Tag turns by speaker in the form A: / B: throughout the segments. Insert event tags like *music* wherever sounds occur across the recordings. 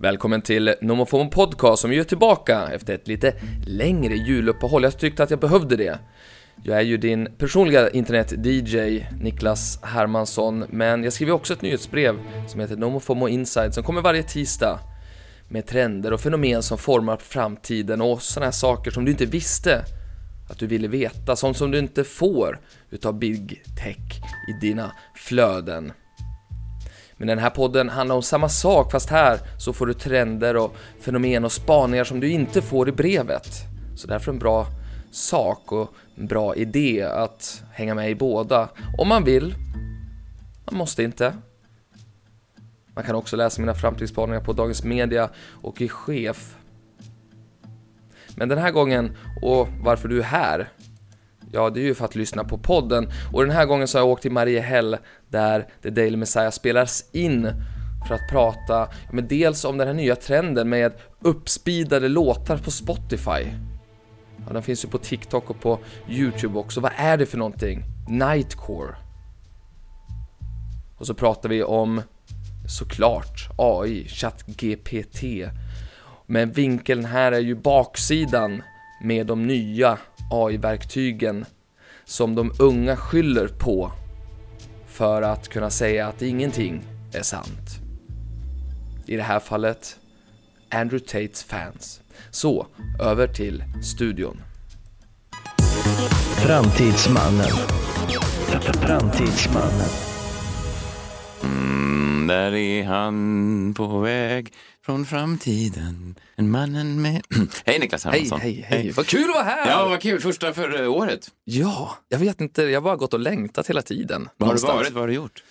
A: Välkommen till Nomofon Podcast som ju är tillbaka efter ett lite längre juluppehåll. Jag tyckte att jag behövde det. Jag är ju din personliga internet-DJ, Niklas Hermansson, men jag skriver också ett nyhetsbrev som heter Nomofomo Inside som kommer varje tisdag med trender och fenomen som formar framtiden och sådana här saker som du inte visste att du ville veta, sånt som du inte får utav big tech i dina flöden. Men den här podden handlar om samma sak fast här så får du trender och fenomen och spaningar som du inte får i brevet. Så därför en bra sak och en bra idé att hänga med i båda om man vill. Man måste inte. Man kan också läsa mina framtidsspaningar på Dagens Media och i Chef. Men den här gången och varför du är här Ja, det är ju för att lyssna på podden. Och den här gången så har jag åkt till Mariehäll där The Daily Messiah spelas in för att prata ja, men dels om den här nya trenden med uppspidade låtar på Spotify. Ja, den finns ju på TikTok och på YouTube också. Vad är det för någonting? Nightcore. Och så pratar vi om såklart AI, ChatGPT. Men vinkeln här är ju baksidan med de nya AI-verktygen som de unga skyller på för att kunna säga att ingenting är sant. I det här fallet Andrew Tates fans. Så, över till studion.
B: Framtidsmannen. Framtidsmannen.
C: Mm, där är han på väg från framtiden. En mannen med... *clears throat* hej Niklas
A: Hej,
C: Hermansson.
A: hej, hej. Vad kul att vara här!
C: Alltså, Ja, vad kul. Första för eh, året.
A: Ja, jag vet inte, jag har bara gått och längtat hela tiden.
C: Vad har du
A: Någonstans.
C: varit? Vad har du gjort?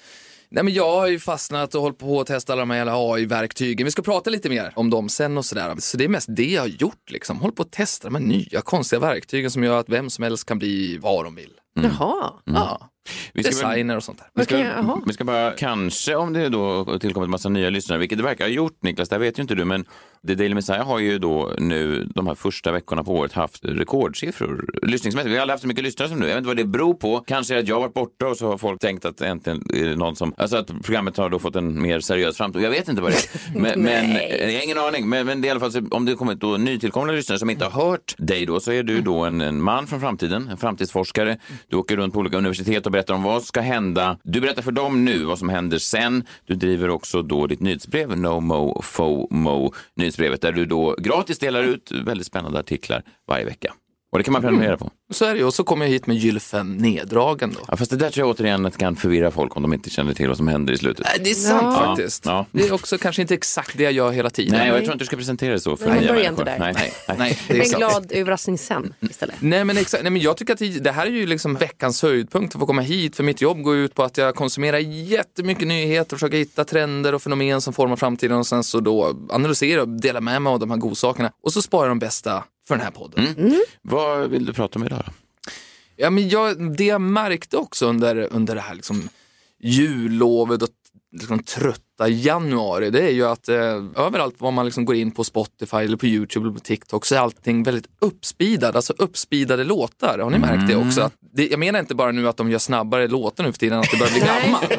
A: Nej men jag har ju fastnat och hållit på att testa alla de här jävla AI-verktygen. Vi ska prata lite mer om dem sen och sådär. Så det är mest det jag har gjort liksom. Håll på att testa de här nya konstiga verktygen som gör att vem som helst kan bli vad de vill.
C: Mm.
D: Jaha.
A: Ja,
C: Vi ska, väl-
A: designer och sånt där.
C: vi, ska,
D: Okej, jaha.
C: vi ska bara, kanske om det då har tillkommit massa nya lyssnare, vilket det verkar ha gjort Niklas, det här vet ju inte du, men The Daily Messiah har ju då nu de här första veckorna på året haft rekordsiffror lyssningsmässigt. Vi har aldrig haft så mycket lyssnare som nu. Jag vet inte vad det beror på. Kanske är att jag har varit borta och så har folk tänkt att äntligen är det någon som, alltså att programmet har då fått en mer seriös framtid. Jag vet inte vad det är. Men, men jag har ingen aning. Men, men det är i alla fall, så- om det kommit då nytillkomna lyssnare som inte har hört dig då, så är du då en, en man från framtiden, en framtidsforskare. Du åker runt på olika universitet och berättar om vad som ska hända. Du berättar för dem nu vad som händer sen. Du driver också då ditt nyhetsbrev, No Mo FOMO, nyhetsbrevet, där du då gratis delar ut väldigt spännande artiklar varje vecka. Och det kan man prenumerera på.
A: Så är det ju. Och så kommer jag hit med gylfen neddragen då.
C: Ja, fast det där tror jag återigen att kan förvirra folk om de inte känner till vad som händer i slutet.
A: Nej, Äh, Det är sant
D: Ja.
A: faktiskt.
C: Ja.
A: Det är också kanske inte exakt det jag gör hela tiden.
C: Nej, och jag tror inte du ska presentera det så för
D: Nej,
C: nya
D: börja
C: människor.
D: inte där.
C: Nej, nej, nej.
A: Nej, det är
D: En
A: sant.
D: glad överraskning sen istället.
E: Mm.
A: Nej men, exakt, nej men jag tycker att det- det här är ju liksom veckans höjdpunkt att få komma hit för mitt jobb går ut på att jag konsumerar jättemycket nyheter, försöker hitta trender och fenomen som formar framtiden och sen så då analysera och dela med mig av de här godsakerna och så sparar jag de bästa för den här podden.
C: Vad vill du prata om idag då?
A: Ja, men jag, det jag märkte också under, under det här liksom, jullovet och liksom, trötta januari, det är ju att eh, överallt var man liksom går in på Spotify eller på YouTube eller på TikTok så är allting väldigt uppspeedad, alltså uppspeedade låtar. Har ni märkt det också? Att det, jag menar inte bara nu att de gör snabbare låtar nu för tiden, att det börjar *laughs* bli gammalt.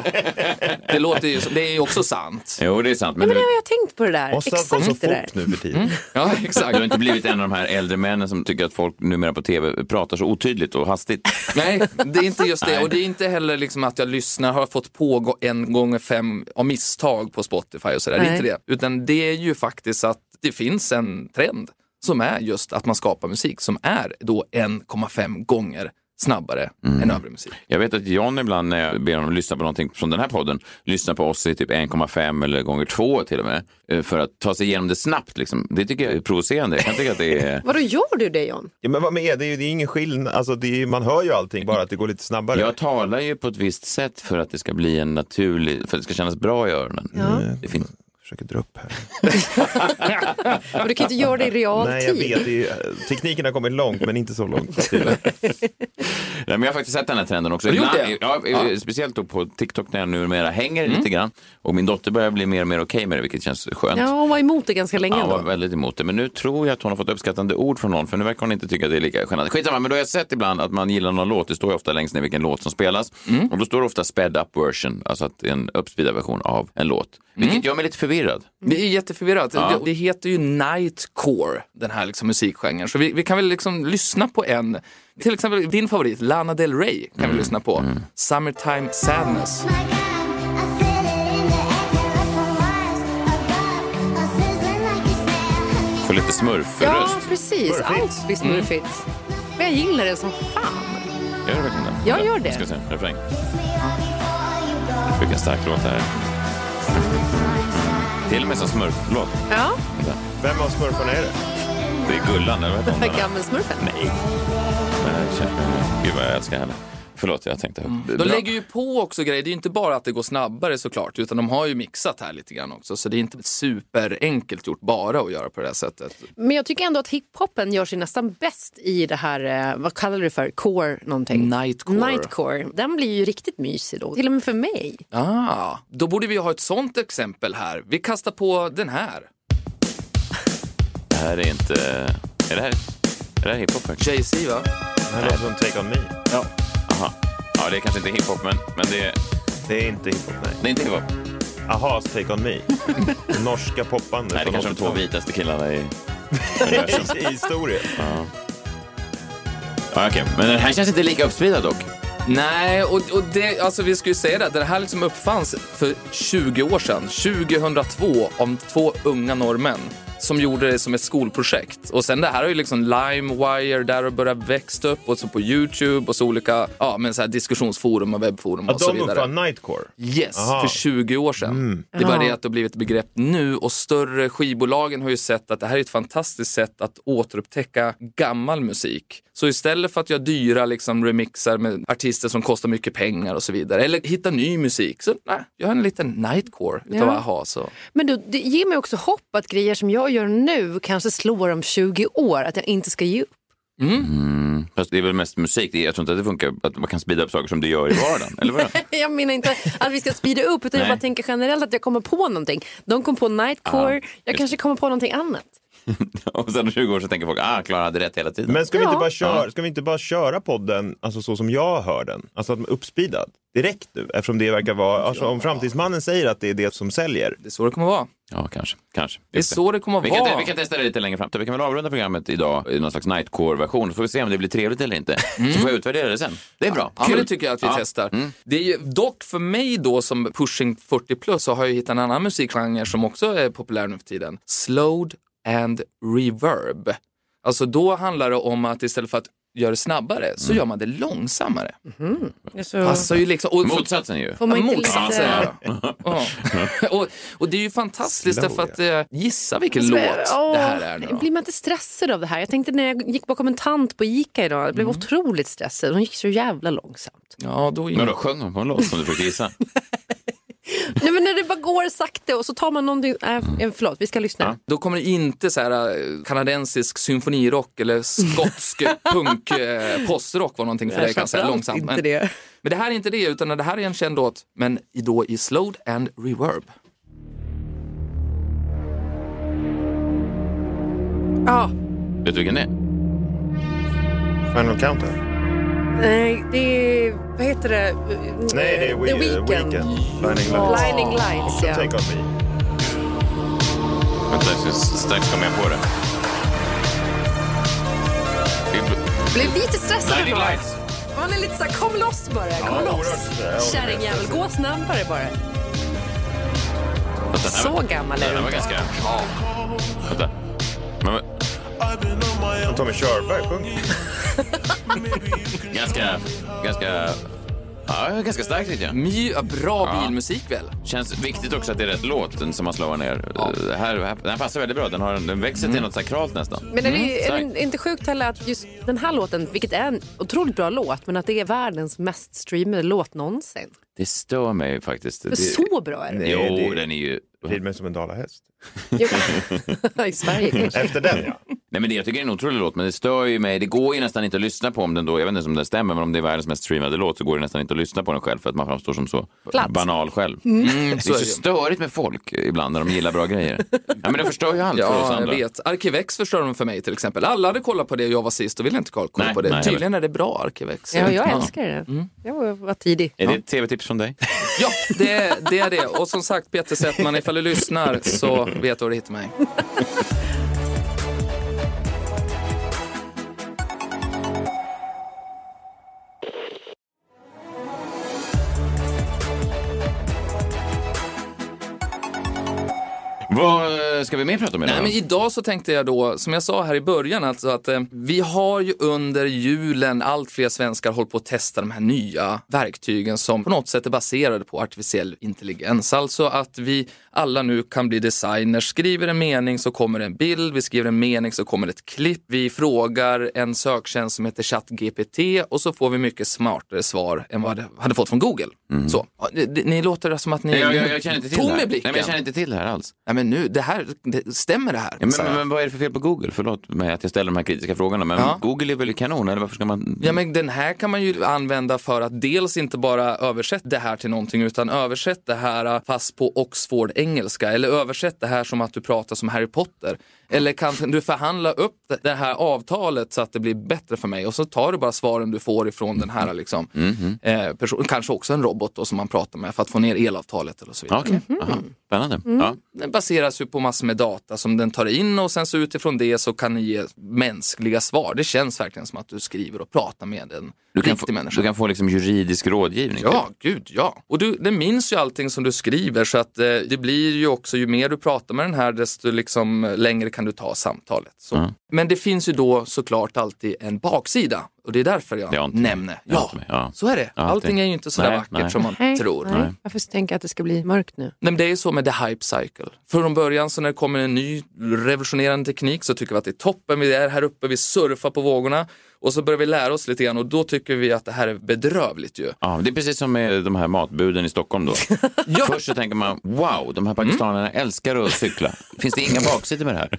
A: det, låter ju, som- det är ju också sant.
C: Jo, det är sant. Men,
D: Nej, men
C: du,
D: jag har tänkt på det där.
E: Måste ha gått så
D: Exakt det där.
E: fort nu för tiden.
C: *laughs*
A: Ja,
C: du
A: exakt.
C: har inte blivit en av de här äldre männen som tycker att folk numera på tv pratar så otydligt och hastigt.
A: Nej, det är inte just det. Och det är inte heller liksom att jag lyssnar, har fått pågå en gånger fem av misstag på Spotify och sådär. Det är
D: Nej.
A: inte det. Utan det är ju faktiskt att det finns en trend som är just att man skapar musik som är då 1,5 gånger snabbare än övrig musik.
C: Jag vet att John ibland när jag ber honom lyssna på någonting från den här podden, lyssnar på oss i typ 1,5 eller gånger 2 till och med, eh, för att ta sig igenom det snabbt. Liksom. Det tycker jag är provocerande. Jag kan tycka att det är...
D: Vadå, gör du det John?
E: Ja, men vad med, det är ju det är ingen skillnad, alltså, det är, ju- man hör ju allting bara att det går lite snabbare.
C: Jag talar ju på ett visst sätt för att det ska bli en naturlig, för att det ska kännas bra i öronen. Det finns...
E: försöker dra upp här.
D: Men du kan ju inte göra det i real
E: Nej, jag
D: tid.
E: vet. Det är, ju- tekniken har kommit långt, men inte så långt. tydligen.
C: Nej, men jag har faktiskt sett den här trenden också.
A: Har du gjort
C: Ibland-
A: det? Mm.
C: Ja, eh, Speciellt då på TikTok när jag numera hänger lite grann. Och min dotter börjar bli mer och mer okej med det, vilket känns skönt.
D: Ja, hon var emot det ganska länge
C: Ja, hon var
D: ändå.
C: väldigt emot det. Men nu tror jag att hon har fått uppskattande ord från någon, för nu verkar hon inte tycka att det är lika genant. Skitsamma, men då har jag sett ibland att man gillar någon låt. Det står ju ofta längst ner vilken låt som
A: Mm. Mm.
C: spelas. Och då står det ofta sped up version, alltså att det är en uppspeedad version av en låt. Vilket gör mig lite förvirrad.
A: Det är jätteförvirrat. Det, det heter ju nightcore, den här liksom musikgenren. Så vi, vi kan väl liksom lyssna på en, till exempel din favorit Lana Del Rey kan vi lyssna på. Summertime Sadness.
B: My God, I feel it in the air, terror from Mars above, a sizzling like a snare.
C: Får lite smurfröst.
D: Ja, precis. Allt blir
C: Mm.
D: smurfigt. Men jag gillar det som fan.
C: Gör du verkligen det?
D: Jag gör det.
C: Jag ska se, refräng. Vilken stark låt det här är. Till och med som smurflåt.
D: Ja,
E: Vem av smurfarna är det?
C: Det är Gullan, eller vad heter hon?
D: gammelsmurfen.
C: Nej. Men jag känner- Gud vad jag älskar henne. Förlåt, jag tänkte högt.
A: De lägger ju på också grejer. Det är ju inte bara att det går snabbare såklart, utan de har ju mixat här lite grann också. Så det är inte superenkelt gjort bara att göra på det här sättet.
D: Men jag tycker ändå att hiphopen gör sig nästan bäst i det här, eh, vad kallar du det för, core någonting?
A: Nightcore.
D: Nightcore. Den blir ju riktigt mysig då, till och med för mig.
A: Ah, då borde vi ha ett sånt exempel här. Vi kastar på den här.
C: Det här är inte... Är det här, är det här hiphop faktiskt?
A: Jay-Z va?
E: Det här låter som Take On Me.
C: Aha. Ja, det är kanske inte hiphop, men, men det, är,
E: Det är inte hiphop, nej.
C: det är inte hiphop.
E: Ahas Take On Me. Norska popbandet.
C: Nej, det är
E: från
C: kanske de två
E: 80-talet.
C: vitaste killarna i
E: *laughs*
C: universum.
E: I historien.
C: Ja, okej. Men den här känns inte lika uppspridad dock.
A: Nej, och, och det, alltså vi ska ju säga det, det här liksom uppfanns för 20 år sedan, 2002, av två unga norrmän som gjorde det som ett skolprojekt. Och sen det här har ju liksom LimeWire där och börjat växt upp och så på YouTube och så olika ja, men så här diskussionsforum och webbforum
E: Ja,
A: och så
E: de
A: vidare.
E: uppfann Nightcore.
A: Yes,
E: Aha.
A: för 20 år sedan. Det är bara det att det har blivit ett begrepp nu och större skivbolagen har ju sett att det här är ett fantastiskt sätt att återupptäcka gammal musik. Så istället för att göra dyra liksom, remixar med artister som kostar mycket pengar och så vidare, eller hitta ny musik, så nej, gör en liten nightcore utav
D: Ja.
A: aha. Så.
D: Men du, det ger mig också hopp att grejer som jag gör nu kanske slår om 20 år, att jag inte ska ge upp.
C: Fast det är väl mest musik. Det är- Jag tror inte att det funkar att man kan speeda upp saker som du gör i vardagen. eller vadå?
D: *laughs* Jag menar inte att vi ska speeda upp, utan jag
C: Nej.
D: bara tänker generellt att jag kommer på någonting. De kom på nightcore, jag kanske kommer på någonting annat.
C: Och sen om 20 år så tänker folk, ah, Klara hade rätt hela tiden.
E: Men ska vi,
D: Ja.
E: inte bara köra, ska vi inte bara köra podden alltså så som jag hör den? Alltså att uppspidad direkt nu eftersom det verkar vara, alltså om framtidsmannen säger att det är det som säljer.
A: Det är så det kommer vara.
C: Ja, kanske. kanske.
A: Det är så det kommer
C: vi kan,
A: vara.
C: te- vi kan testa det lite längre fram. Vi kan väl avrunda programmet idag i någon slags nightcore-version. Så får vi se om det blir trevligt eller inte. Så får jag utvärdera det sen. Det är bra.
A: Mm. Ja, men det tycker jag att vi
C: Ja. Mm.
A: testar. Det är ju, dock för mig då som pushing 40 plus så har jag hittat en annan musikgenre som också är populär nu för tiden. Slowed and reverb. Alltså då handlar det om att istället för att göra det snabbare så
C: Mm.
A: gör man det långsammare. Passar ju liksom. Och,
C: Motsatsen ju.
D: Får man inte
A: Motsatsen,
C: *laughs*
D: lite...
A: ja. Ja. och, och det är ju fantastiskt
E: Slow,
A: därför att eh, gissa vilken
D: Så-
A: låt
D: Alltså, Åh,
A: det här är nu då.
D: Blir man inte stressad av det här? Jag tänkte när jag gick bakom en tant på Ica idag, jag blev otroligt stressad. Hon gick så jävla långsamt.
A: Ja, då
C: Men då sjöng hon på en låt som du
A: *laughs*
C: försökte gissa.
D: *laughs* Nej men när det bara går sakta och så tar man någonting, äh, eh, förlåt vi ska lyssna.
A: Då kommer det inte så här eh, kanadensisk symfonirock eller
D: *laughs*
A: skotsk punk eh, postrock var någonting för dig kanske,
D: Framförallt
A: långsamt.
D: inte
A: Men,
D: det.
A: men det här är inte det, utan det här är en känd låt, men i- då i slowed and reverb.
D: Ja,
C: Vet du vilken det är?
E: Final Countdown?
D: nej det är, vad heter det? Eh,
E: Nej, det är
D: The Mm.
E: we-
D: Weeknd.
E: Weekend. Blinding Lights.
D: Blinding Lights ja.
E: Take on me.
C: Vänta, jag ska strax komma jag på det. Det är-
D: Blev lite stressad
C: Blinding
D: bara.
C: Lights.
D: Man är lite såhär, kom loss bara, kom
E: Ja,
D: loss.
E: oerhört. Ja,
D: Kärringjävel, gå snabbare bara.
C: Vänta, den här var-
D: Så gammal är
C: Den här
D: du
C: var
D: inte.
C: ganska... Vänta. Men,
E: Tommy Körberg sjunger.
C: Ganska, ganska, ja, ganska starkt tycker jag.
A: My, ja, bra bilmusik väl?
C: Känns viktigt också att det är rätt låt den som man slår ner. Eh, Här, här, den här passar väldigt bra. Den, har, den växer till något sakralt nästan.
D: Men är det, är
C: starkt.
D: det inte sjukt heller att just den här låten, vilket är en otroligt bra låt, men att det är världens mest streamade låt någonsin.
C: Det stör mig faktiskt.
D: För
C: Det,
D: så bra är den.
C: jo,
E: Nej, det-
C: den är ju...
E: Rid mig som en dalahäst.
D: Jo. *laughs* I Sverige kanske.
E: Mm. Efter den ja.
C: Nej, men det, jag tycker det är en otrolig låt, men det stör ju mig. Det går ju nästan inte att lyssna på om den då, jag vet inte om den stämmer, men om det är världens mest streamade låt så går det nästan inte att lyssna på den själv för att man framstår som så
D: Platt.
C: banal själv. Mm. det är så
A: är det.
C: störigt med folk ibland när de gillar bra grejer. Ja, men det förstör ju allt för oss
A: Ja, jag
C: andra.
A: vet. Arkivex förstörde de för mig till exempel. Alla hade kollat på det och jag var sist och ville inte kolla
C: Nej,
A: på det.
C: nej, jag
A: Tydligen är det bra Arkivex.
D: Ja, jag älskar det. Jag var tidig.
C: Är det ett tv-tips från dig?
A: Ja, det, är- det är det. Och som sagt, Peter Settman, ifall du lyssnar så vet du var du hittar mig.
C: Vad eh, ska vi mer prata om idag?
A: Nej, men idag så tänkte jag då, som jag sa här i början, alltså att eh, vi har ju under julen allt fler svenskar hållit på att testa de här nya verktygen som på något sätt är baserade på artificiell intelligens. Alltså att vi alla nu kan bli designers, skriver en mening så kommer en bild, vi skriver en mening så kommer ett klipp, vi frågar en söktjänst som heter ChatGPT och så får vi mycket smartare svar än vad det hade fått från Google. Så. Ja, det- det- Ni låter som att ni
C: Mm. jag,
A: är
C: jag, jag känner inte till det
A: tom
C: här.
A: i blicken.
C: Nej, men jag känner inte till det här alls.
A: Nej, men nu, det här, det, stämmer det här?
C: Ja, men,
A: Sa jag.
C: men, men vad är det för fel på Google? Förlåt mig att jag ställer de här kritiska frågorna, men
A: Ja.
C: Google är väl kanon? Eller varför ska man...
A: Ja, men den här kan man ju använda för att dels inte bara översätta det här till någonting utan översätt det här äh, fast på Oxford-engelska eller översätt det här som att du pratar som Harry Potter. Eller kan du förhandla upp det- det här avtalet så att det blir bättre för mig och så tar du bara svaren du får ifrån den här liksom,
C: Mm-hmm.
A: eh, personen. Kanske också en robot då, som man pratar med för att få ner elavtalet eller så vidare.
C: Ja, Okej, Aha. spännande. Ja.
A: Den baseras ju på massor med data som den tar in och sen så utifrån det så kan ni ge mänskliga svar. Det känns verkligen som att du skriver och pratar med en
C: Du kan, få,
A: riktig människa.
C: du kan få liksom juridisk rådgivning. typ.
A: Ja, gud ja. Och du, den minns ju allting som du skriver så att eh, det blir ju också, ju mer du pratar med den här desto liksom eh, längre kan du ta samtalet. Så.
C: Mm.
A: Men det finns ju då såklart alltid en baksida och det är därför jag,
C: Det har inte-
A: nämner.
C: det har
A: Ja,
C: inte med, ja.
A: så är det.
C: Ja,
A: allting
C: det-
A: är ju inte så där
C: Nej,
A: vackert
C: nej.
A: som man tror.
D: Nej. Varför tänker jag att det ska bli mörkt nu?
A: Nej, men det är ju så med the hype cycle. Från början så när det kommer en ny revolutionerande teknik så tycker vi att det är toppen, vi är här uppe, vi surfar på vågorna och så börjar vi lära oss lite grann och då tycker vi att det här är bedrövligt ju.
C: Ja, det är precis som med de här matbuden i Stockholm då. Först så tänker man, wow, de här pakistanerna älskar att cykla. Finns det inga baksidor med det här?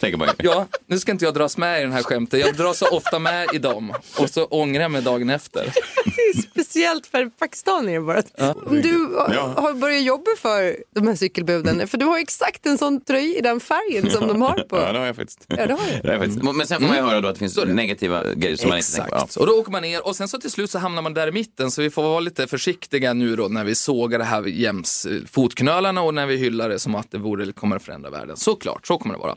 C: tänker man ju.
A: Ja, nu ska inte jag dras med i den här skämten. Jag dras så ofta med i dem och så ångrar jag mig dagen efter.
D: *laughs* Speciellt för pakistanier bara. Om du
C: Ja.
D: har börjat jobba för de här cykelbuden, för du har exakt en sån tröja i den färgen som de har på.
C: Ja, det har jag faktiskt.
D: Ja, det har jag.
C: Det har jag faktiskt. Men sen får man ju höra då att det finns negativa grejer som man inte tänker på. Ja.
A: Exakt. Och då åker man ner och sen så till slut så hamnar man där i mitten så vi får vara lite försiktiga nu då när vi sågar det här jäms eh, fotknölarna och när vi hyllar det som att det vore, kommer att förändra världen. Såklart, så kommer det vara.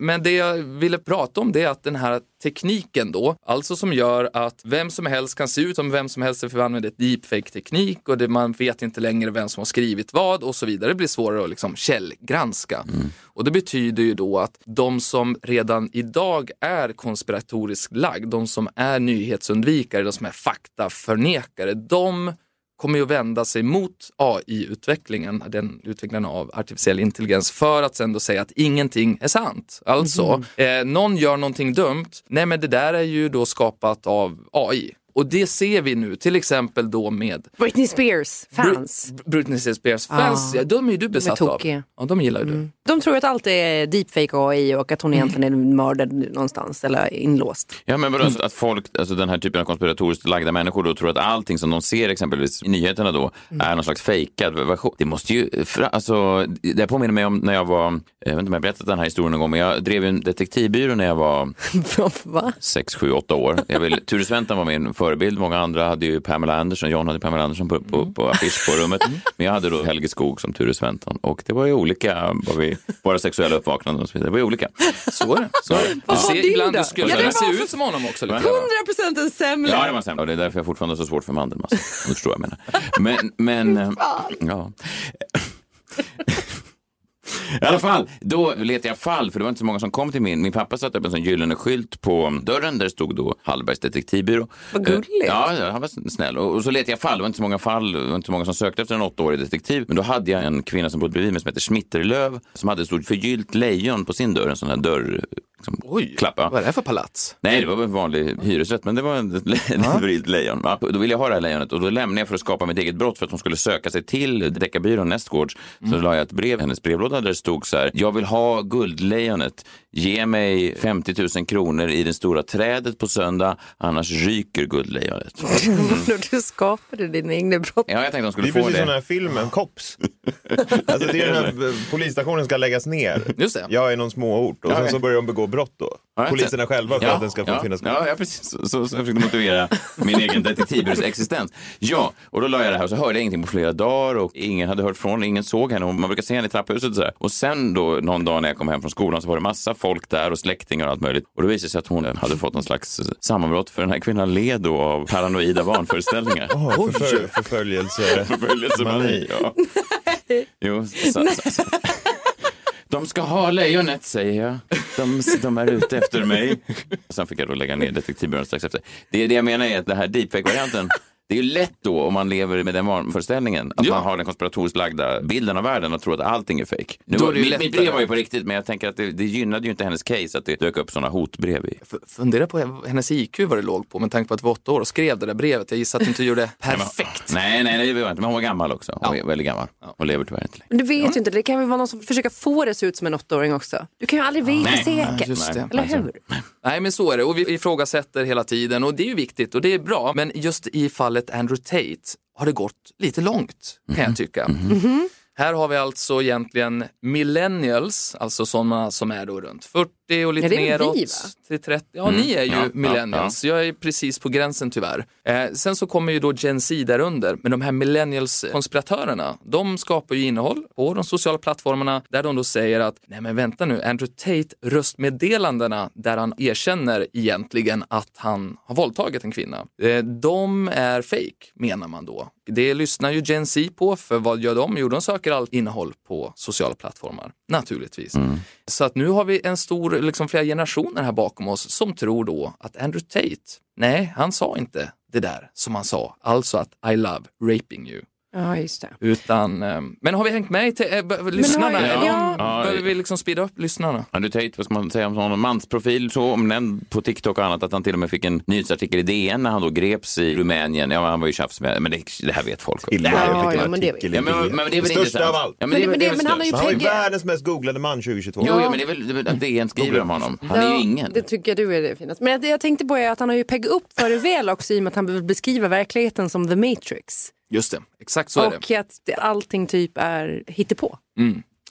A: Men det jag ville prata om det är att den här tekniken då, alltså som gör att vem som helst kan se ut som vem som helst för vi använder deepfake-teknik och det, man vet inte längre vem som har skrivit vad och så vidare. Det blir svårare att liksom källgranska.
C: Mm.
A: Och det betyder ju då att de som redan idag är konspiratoriskt lagd, de som är nyhetsundvikare, de som är faktaförnekare, de kommer ju att vända sig mot AI-utvecklingen, den utvecklingen av artificiell intelligens, för att sen då säga att ingenting är sant.
D: Mhm.
A: Alltså, eh, någon gör någonting dumt, nej men det där är ju då skapat av AI. Och det ser vi nu, till exempel då med
D: Britney Spears fans.
A: Br- Britney Spears fans,
D: Ah.
A: ja, de är ju du besatt av.
D: tokiga. Mm.
A: Ja, de gillar ju du.
D: De tror att allt är deepfake AI och att hon egentligen är mördad någonstans eller inlåst. *laughs*
C: Ja, men vadå, alltså, att folk, alltså den här typen av konspiratoriskt lagda människor då tror att allting som de ser exempelvis i nyheterna då är någon slags fejkad version. Det måste ju, fra- alltså, det här påminner mig om när jag var, jag vet inte om jag berättat den här historien någon gång, men jag drev ju en detektivbyrå när jag var
D: Va?
C: sex, sju, åtta år. Jag vill, Ture Sventon var min förebild, många andra hade ju Pamela Anderson, John hade Pamela Anderson på, på, på affisch på rummet. Men jag hade då Helge Skog som Ture Sventon och det var ju olika, vad vi, våra sexuella uppvaknanden och så vidare, det var ju olika.
A: Så är det. Så är det. Du
D: Vad var
A: ser,
D: din
A: ibland
D: då?
A: du skulle
D: Ja, det
A: kunna
D: var
A: se
D: för-
A: ut som honom också. liksom. Lite.
C: Va?
A: grann.
D: 100% en sämle.
C: Ja, det var sämre. Och det är därför jag fortfarande har så svårt för mandelmassa. Om du förstår vad jag menar.
D: *laughs*
C: Men, men eh, ja. I alla fall, då letade jag fall, för det var inte så många som kom till min. Min pappa satte upp en sån gyllene skylt på dörren där det stod då Hallbergs detektivbyrå.
D: Vad gulligt.
C: Eh, Ja, ja, han var snäll. Och, och så letade jag fall, det var inte så många fall, det var inte så många som sökte efter en åttaårig detektiv. Men då hade jag en kvinna som bodde bredvid mig som hette Smitterlöv, som hade ett stort förgyllt lejon på sin dörr, en sån här dörr liksom,
A: Oj,
C: klappa.
A: vad är det här för palats?
C: Nej, det var en vanlig hyresrätt, men det var en *laughs* hybrid lejon. Ja, Då ville jag ha det här lejonet och då lämnade jag för att skapa mitt eget brott för att hon skulle söka sig till deckarbyrån Nästgårds. Så
E: Mm.
C: la jag ett brev i hennes brevlåda där det stod så här. Jag vill ha guldlejonet. Ge mig 50 000 kronor i det stora trädet på söndag, annars ryker
E: *laughs*
C: guldlejonet.
D: Du skapade dina egna brott.
C: Ja, jag tänkte att hon skulle
E: Det är
C: få
E: precis
C: det.
E: som den här filmen, Cops. Alltså det är den här eh, polisstationen ska läggas ner.
A: Just det.
E: Jag är någon småort och sen så börjar de begå brott då.
C: Ja,
E: Poliserna
C: sen-
E: själva för
C: Ja,
E: att den ska få
C: ja,
E: finnas kvar.
C: Ja, ja precis. Så, så, så jag försökte motivera min egen detektivbyrås existens. Ja, och då la jag det här och så hörde jag ingenting på flera dagar och ingen hade hört från henne, ingen såg henne. Och Man brukar se henne i trapphuset och sådär. Och sen då någon dag när jag kom hem från skolan så var det massa folk där och släktingar och allt möjligt. Och då visade det sig att hon hade fått någon slags sammanbrott för den här kvinnan led då av paranoida
E: *laughs*
C: vanföreställningar.
E: Oh, förför, förföljelse.
C: Förföljelsemani. Ja. Jo, så, så, så. De ska ha lejonet, säger jag. De, de är ute efter mig. Sen fick jag då lägga ner detektivbyrån strax efter. Det, är det jag menar är att den här deepfake-varianten det är ju lätt då om man lever med den vanföreställningen att
A: Ja.
C: man har den konspiratoriskt lagda bilden av världen och tror att allting är fake. Nu
A: Då
C: var,
A: är det ju
C: mitt, mitt
A: lättare.
C: brev var ju på riktigt men jag tänker att det, det gynnade ju inte hennes case att det dök upp sådana hotbrev i.
A: F- Fundera på hennes IQ vad det låg på med tanke på att det var åtta år och skrev det där brevet. Jag gissar att du inte *laughs* gjorde perfekt.
C: Nej, nej, nej, det var inte. Men hon var gammal också. Hon är väldigt gammal. Hon lever tyvärr inte längre.
D: Men du vet ju inte, det kan väl vara någon som försöker få det att se ut som en åttaåring också. Du kan ju aldrig veta
C: Nej,
D: säkert.
A: just det.
D: Eller hur?
A: Nej, men så är det. Och vi ifrågasätter hela tiden och det är ju viktigt och det är bra. Men just i fallet Andrew Tate har det gått lite långt kan jag tycka.
D: Mhm.
A: Här har vi alltså egentligen millennials, alltså sådana som är då runt 40 och lite
D: Ja, det är väl
A: neråt
D: vi, va?
A: till 30. Ja, ni är ju
C: Mm. Ja, ja,
A: millennials. Jag är precis på gränsen tyvärr. Eh, sen så kommer ju då Gen Z därunder. Men de här millennials-konspiratörerna, de skapar ju innehåll på de sociala plattformarna där de då säger att nej men vänta nu, Andrew Tate röstmeddelandena där han erkänner egentligen att han har våldtagit en kvinna. Eh, de är fake menar man då. Det lyssnar ju Gen Z på, för vad gör de? Jo, de söker allt innehåll på sociala plattformar, naturligtvis.
C: Mm.
A: Så att nu har vi en stor, liksom flera generationer här bakom oss som tror då att Andrew Tate, nej, han sa inte det där som han sa, alltså att I love raping you.
D: Ja, just det.
A: Utan, ehm, men har vi hängt med i te- eh, b- lyssnarna?
D: har-
A: Är de-
D: ja.
A: Behöver vi liksom speeda upp lyssnarna?
C: Andrew Tate, vad ska man säga om honom? Mansprofil, så omnämnd på TikTok och annat att han till och med fick en nyhetsartikel i DN när han då greps i Rumänien. Ja, men han var ju tjafs med, men det, det här vet folk.
E: Illa,
C: här
E: jag
D: Ja,
E: fick
D: ja,
E: en
D: men det-
E: artikel i
C: Ja, men,
E: DN.
C: men det är väl
E: Största
C: intressant.
E: av allt.
C: Ja,
D: Men det-
C: väl-
D: men det-
C: väl
D: men han har ju
C: störst.
E: Han var ju
D: Peggy-
E: världens mest googlade man 2022.
C: Jo, jo, men det är väl det är väl att DN skriver om honom. Han är ju ingen.
D: Det tycker du är det finaste. Men det jag tänkte på är att han har ju peggat upp för det väl också i och med att han vill beskriva verkligheten som The Matrix.
A: Just det, exakt så är det.
D: och att det- allting typ är hittepå.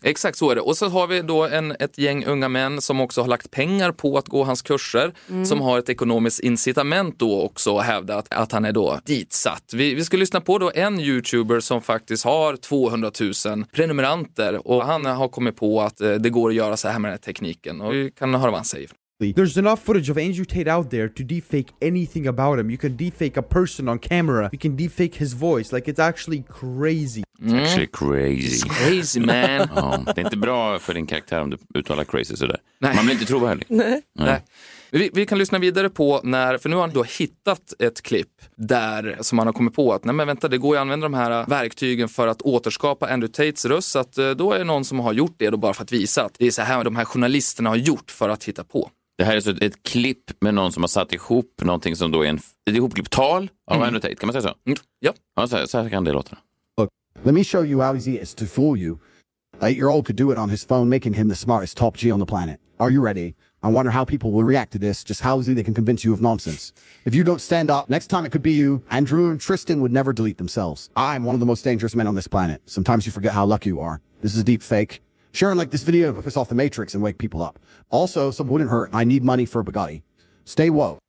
A: Exakt så är det. Och så har vi då en, ett gäng unga män som också har lagt pengar på att gå hans kurser, som har ett ekonomiskt incitament då också och hävda att, att han är då ditsatt. Vi, vi ska lyssna på då en youtuber som faktiskt har 200 000 prenumeranter och han har kommit på att eh, det går att göra så här med den här tekniken och vi kan höra vad han säger.
F: There's enough footage of Andrew Tate out there to defake anything about him. You can defake a person on camera. You can defake his voice. Like it's actually crazy.
D: Mm.
C: Actually crazy.
A: Crazy man!
C: *laughs* Ja, det är inte bra för din karaktär om du uttalar crazy sådär. Man blir inte trovärdig.
A: Nej. Vi, vi kan lyssna vidare på när, för nu har han då hittat ett klipp där som han har kommit på att nej men vänta det går ju att använda de här äh, verktygen för att återskapa Andrew Tates röst så att eh, då är det någon som har gjort det då bara för att visa att det är så här de här journalisterna har gjort för att hitta på.
C: Det här är alltså ett, ett klipp med någon som har satt ihop någonting som då är en, ett ihopklippt tal av Andrew Tate. Kan man säga så?
A: Mm. Ja.
C: Ja, så här, så här kan det låta.
G: Let me show you how easy it is to fool you. An eight-year-old could do it on his phone, making him the smartest top G on the planet. Are you ready? I wonder how people will react to this, just how easy they can convince you of nonsense. If you don't stand up, next time it could be you. Andrew and Tristan would never delete themselves. I'm one of the most dangerous men on this planet. Sometimes you forget how lucky you are. This is a deep fake. Share and like this video to piss off the Matrix and wake people up. Also, some wouldn't hurt. I need money for a Bugatti. Stay woke.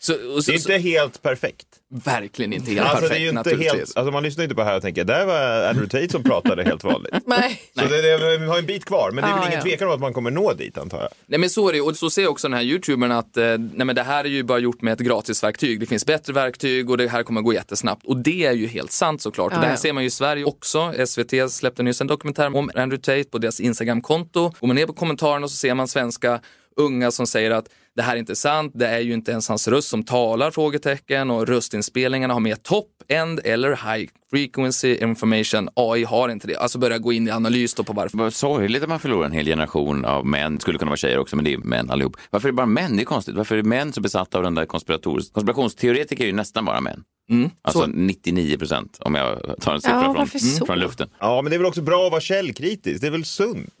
A: Så, och
E: Det
A: så,
E: är
A: så,
E: inte helt perfekt.
A: verkligen inte helt
E: Alltså, det är
A: perfekt
E: ju inte
A: naturligtvis.
E: helt, alltså, man lyssnar ju inte på det här och tänker, där var Andrew Tate som pratade helt vanligt.
D: Nej.
E: Så det, det, vi har en bit kvar, men det är väl
D: Ah,
E: ingen
D: ja.
E: tvekan om att man kommer nå dit antar jag.
A: Nej men så är det och så ser jag också den här youtubern att eh, nej, men det här är ju bara gjort med ett gratisverktyg. Det finns bättre verktyg och det här kommer gå jättesnabbt. Och det är ju helt sant såklart. och det här
D: ja.
A: ser man ju i Sverige också. SVT släppte nyss en dokumentär om Andrew Tate på deras Instagramkonto. Går man ner på kommentarerna och så ser man svenska unga som säger att det här är inte sant, det är ju inte ens hans röst som talar? frågetecken och Röstinspelningarna har mer top-end eller high frequency information. AI har inte det. Alltså börja gå in i analys då på varför.
C: Vad sorgligt att man förlorar en hel generation av män. Skulle kunna vara tjejer också, men det är män allihop. Varför är det bara män? Det är konstigt. Varför är män så besatta av den där konspiratoris... Konspirationsteoretiker är ju nästan bara män.
E: Mm.
C: alltså 99 procent, om jag tar en siffra
D: Ja, varför så?
C: från, från luften.
E: Ja, men det är väl också bra att vara källkritisk. Det är väl sunt?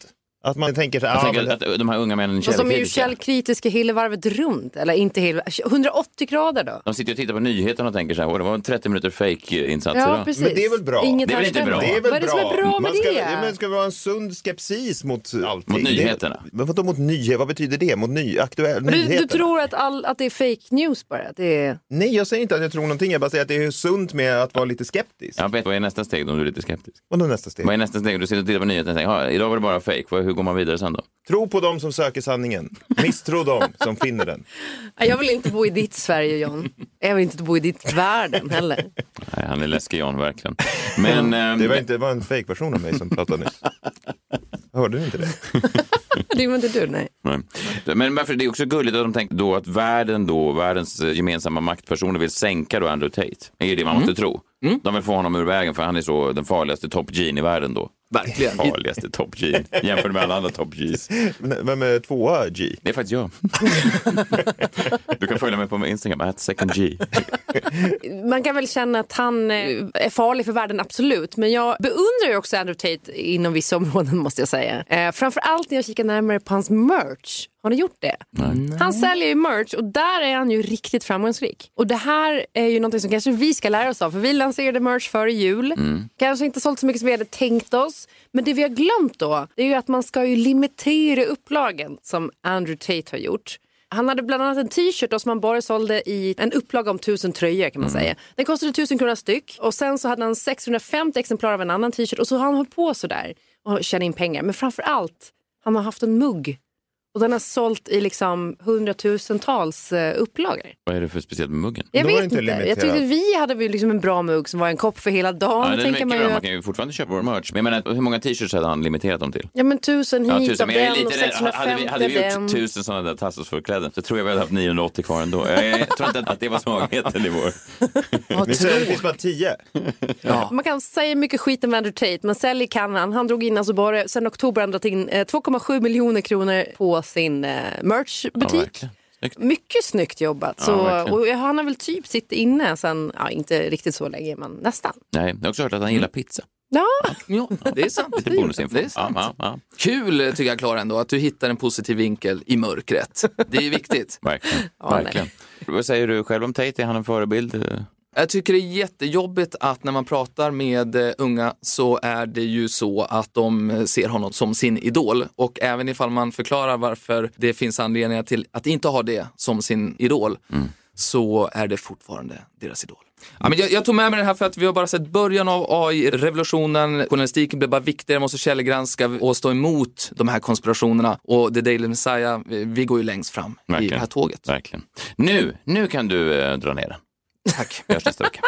E: Att man tänker så här,
C: Jag
E: ah,
C: tänker
E: men det-
C: att de här unga männen är
D: Fast de är ju
C: källkritiska.
D: källkritiska hela varvet runt. Eller inte hela... 180 grader då?
C: De sitter och tittar på nyheterna och tänker så här, "Åh, det var en 30 minuter fake-insats
D: Ja,
C: idag.
D: precis.
E: Men det är väl bra?
D: Inget
C: Det är väl
D: här
C: inte
D: stämmer.
C: bra?
E: det är väl
D: Vad är det som är bra med
E: man ska,
D: det?
E: Ja, men det ska vara en sund skepsis mot allting.
C: Mot nyheterna.
E: Det, men vadå mot nyheter? Vad betyder det? Mot ny, aktuell,
D: Men du,
E: nyheter?
D: du tror att, all, att det är fake news bara? Att det är...
E: Nej, jag säger inte att jag tror någonting. Jag bara säger att det är sunt med att vara lite skeptisk.
C: Jag vet, vad är nästa steg då, om du är lite skeptisk?
E: Vad är nästa steg?
C: Vad är nästa steg? Du sitter och tittar på nyheterna och tänker, "Ja, idag var det bara fake. Vad- Hur går man vidare sen då?
E: Tro på dem som söker sanningen. Misstro dem som finner den.
D: Nej, Jag vill inte bo i ditt Sverige, John. Jag vill inte bo i ditt världen heller.
C: Nej, han är läskig John, verkligen. Men, ehm,
E: *laughs* Det var, inte, det var en fejkversion av mig som pratade nyss. Hörde du inte det?
D: Det var inte du, nej.
C: Nej. Men varför, det är också gulligt att de tänker då att världen då, världens eh, gemensamma maktpersoner vill sänka då Andrew Tate. Det är det man måste tro. De vill få honom ur vägen för han är så den farligaste top Gene i världen då.
A: Verkligen.
C: Farligaste top Gene jämfört med alla andra top Gs.
E: Men Vem är tvåa G?
C: Det är faktiskt jag. du kan följa mig på min Instagram, at second G.
D: Man kan väl känna att han eh, är farlig för världen, absolut. Men jag beundrar ju också Andrew Tate inom vissa *laughs* områden, måste jag säga. Eh, framförallt när jag kikar närmare på hans merch. Har ni gjort det? Han säljer ju merch och där är han ju riktigt framgångsrik. Och det här är ju någonting som kanske vi ska lära oss av. För vi lanserade merch före jul. Kanske inte sålt så mycket som vi hade tänkt oss. Men det vi har glömt då, det är ju att man ska ju limitera upplagen som Andrew Tate har gjort. Han hade bland annat en t-shirt då som han bara sålde i en upplaga om 1000 tröjor kan man
E: Mm.
D: säga. Den kostade 1000 kronor styck och sen så hade han 650 exemplar av en annan t-shirt och så har han hållit på sådär och tjänat in pengar. Men framför allt, han har haft en mugg och den har sålt i liksom hundratusentals eh, upplagor.
C: Vad är det för speciellt med muggen?
D: Jag
E: Då var
D: vet
E: det
D: inte.
E: inte
D: Jag
E: limiterat.
D: tyckte vi hade väl liksom en bra mugg som var en kopp för hela dagen.
C: Ja,
D: Då
C: den
D: tänker
C: räcker
D: man ju
C: bra. Man
D: att-
C: kan ju fortfarande köpa vår merch. Men jag menar, hur många t-shirts hade han limiterat dem till?
D: Ja men tusen hit
C: Ja,
D: av
C: tusen, men jag är
D: den och
C: lite rädd.
D: 650
C: Hade vi, hade vi
D: av
C: gjort
D: den.
C: tusen sådana där tassosförkläden så tror jag vi hade haft 980 kvar ändå. Jag, jag tror inte att, att det var svagheten i vår.
E: Ni säger det finns bara tio.
D: Man kan säga mycket skit om Andrew Tate, men sälj kan han. Han drog in alltså bara, sen oktober har han dragit in eh, 2,7 miljoner kronor på sin eh, merchbutik.
C: verkligen. Snyggt.
D: mycket snyggt jobbat. Så,
C: verkligen.
D: och han har väl typ sitt inne sen, ja inte riktigt så länge, men nästan.
C: Nej, jag har också hört att han
D: Mm.
C: gillar pizza.
D: Ja,
A: Ja, det är sant.
C: Lite bonusinfo.
A: Det är sant.
C: Ja, ja,
A: Kul eh, tycker jag Klara ändå, att du hittar en positiv vinkel i mörkret. Det är viktigt.
C: ja. Verkligen.
D: Ja, nej.
C: Verkligen. Vad säger du själv om Tate? Är han en förebild? Eh,
A: Jag tycker det är jättejobbigt att när man pratar med eh, unga så är det ju så att de eh, ser honom som sin idol och även ifall man förklarar varför det finns anledningar till att inte ha det som sin idol så är det fortfarande deras idol. Ja, men jag, jag tog med mig det här för att vi har bara sett början av AI-revolutionen. Journalistiken blir bara viktigare, måste källgranska och stå emot de här konspirationerna. Och The Daily Messiah, vi, vi går ju längst fram i det
C: Verkligen.
A: här tåget.
C: Verkligen. Nu, nu kan du eh, dra ner den.
A: Tack.
C: Vi hörs nästa vecka.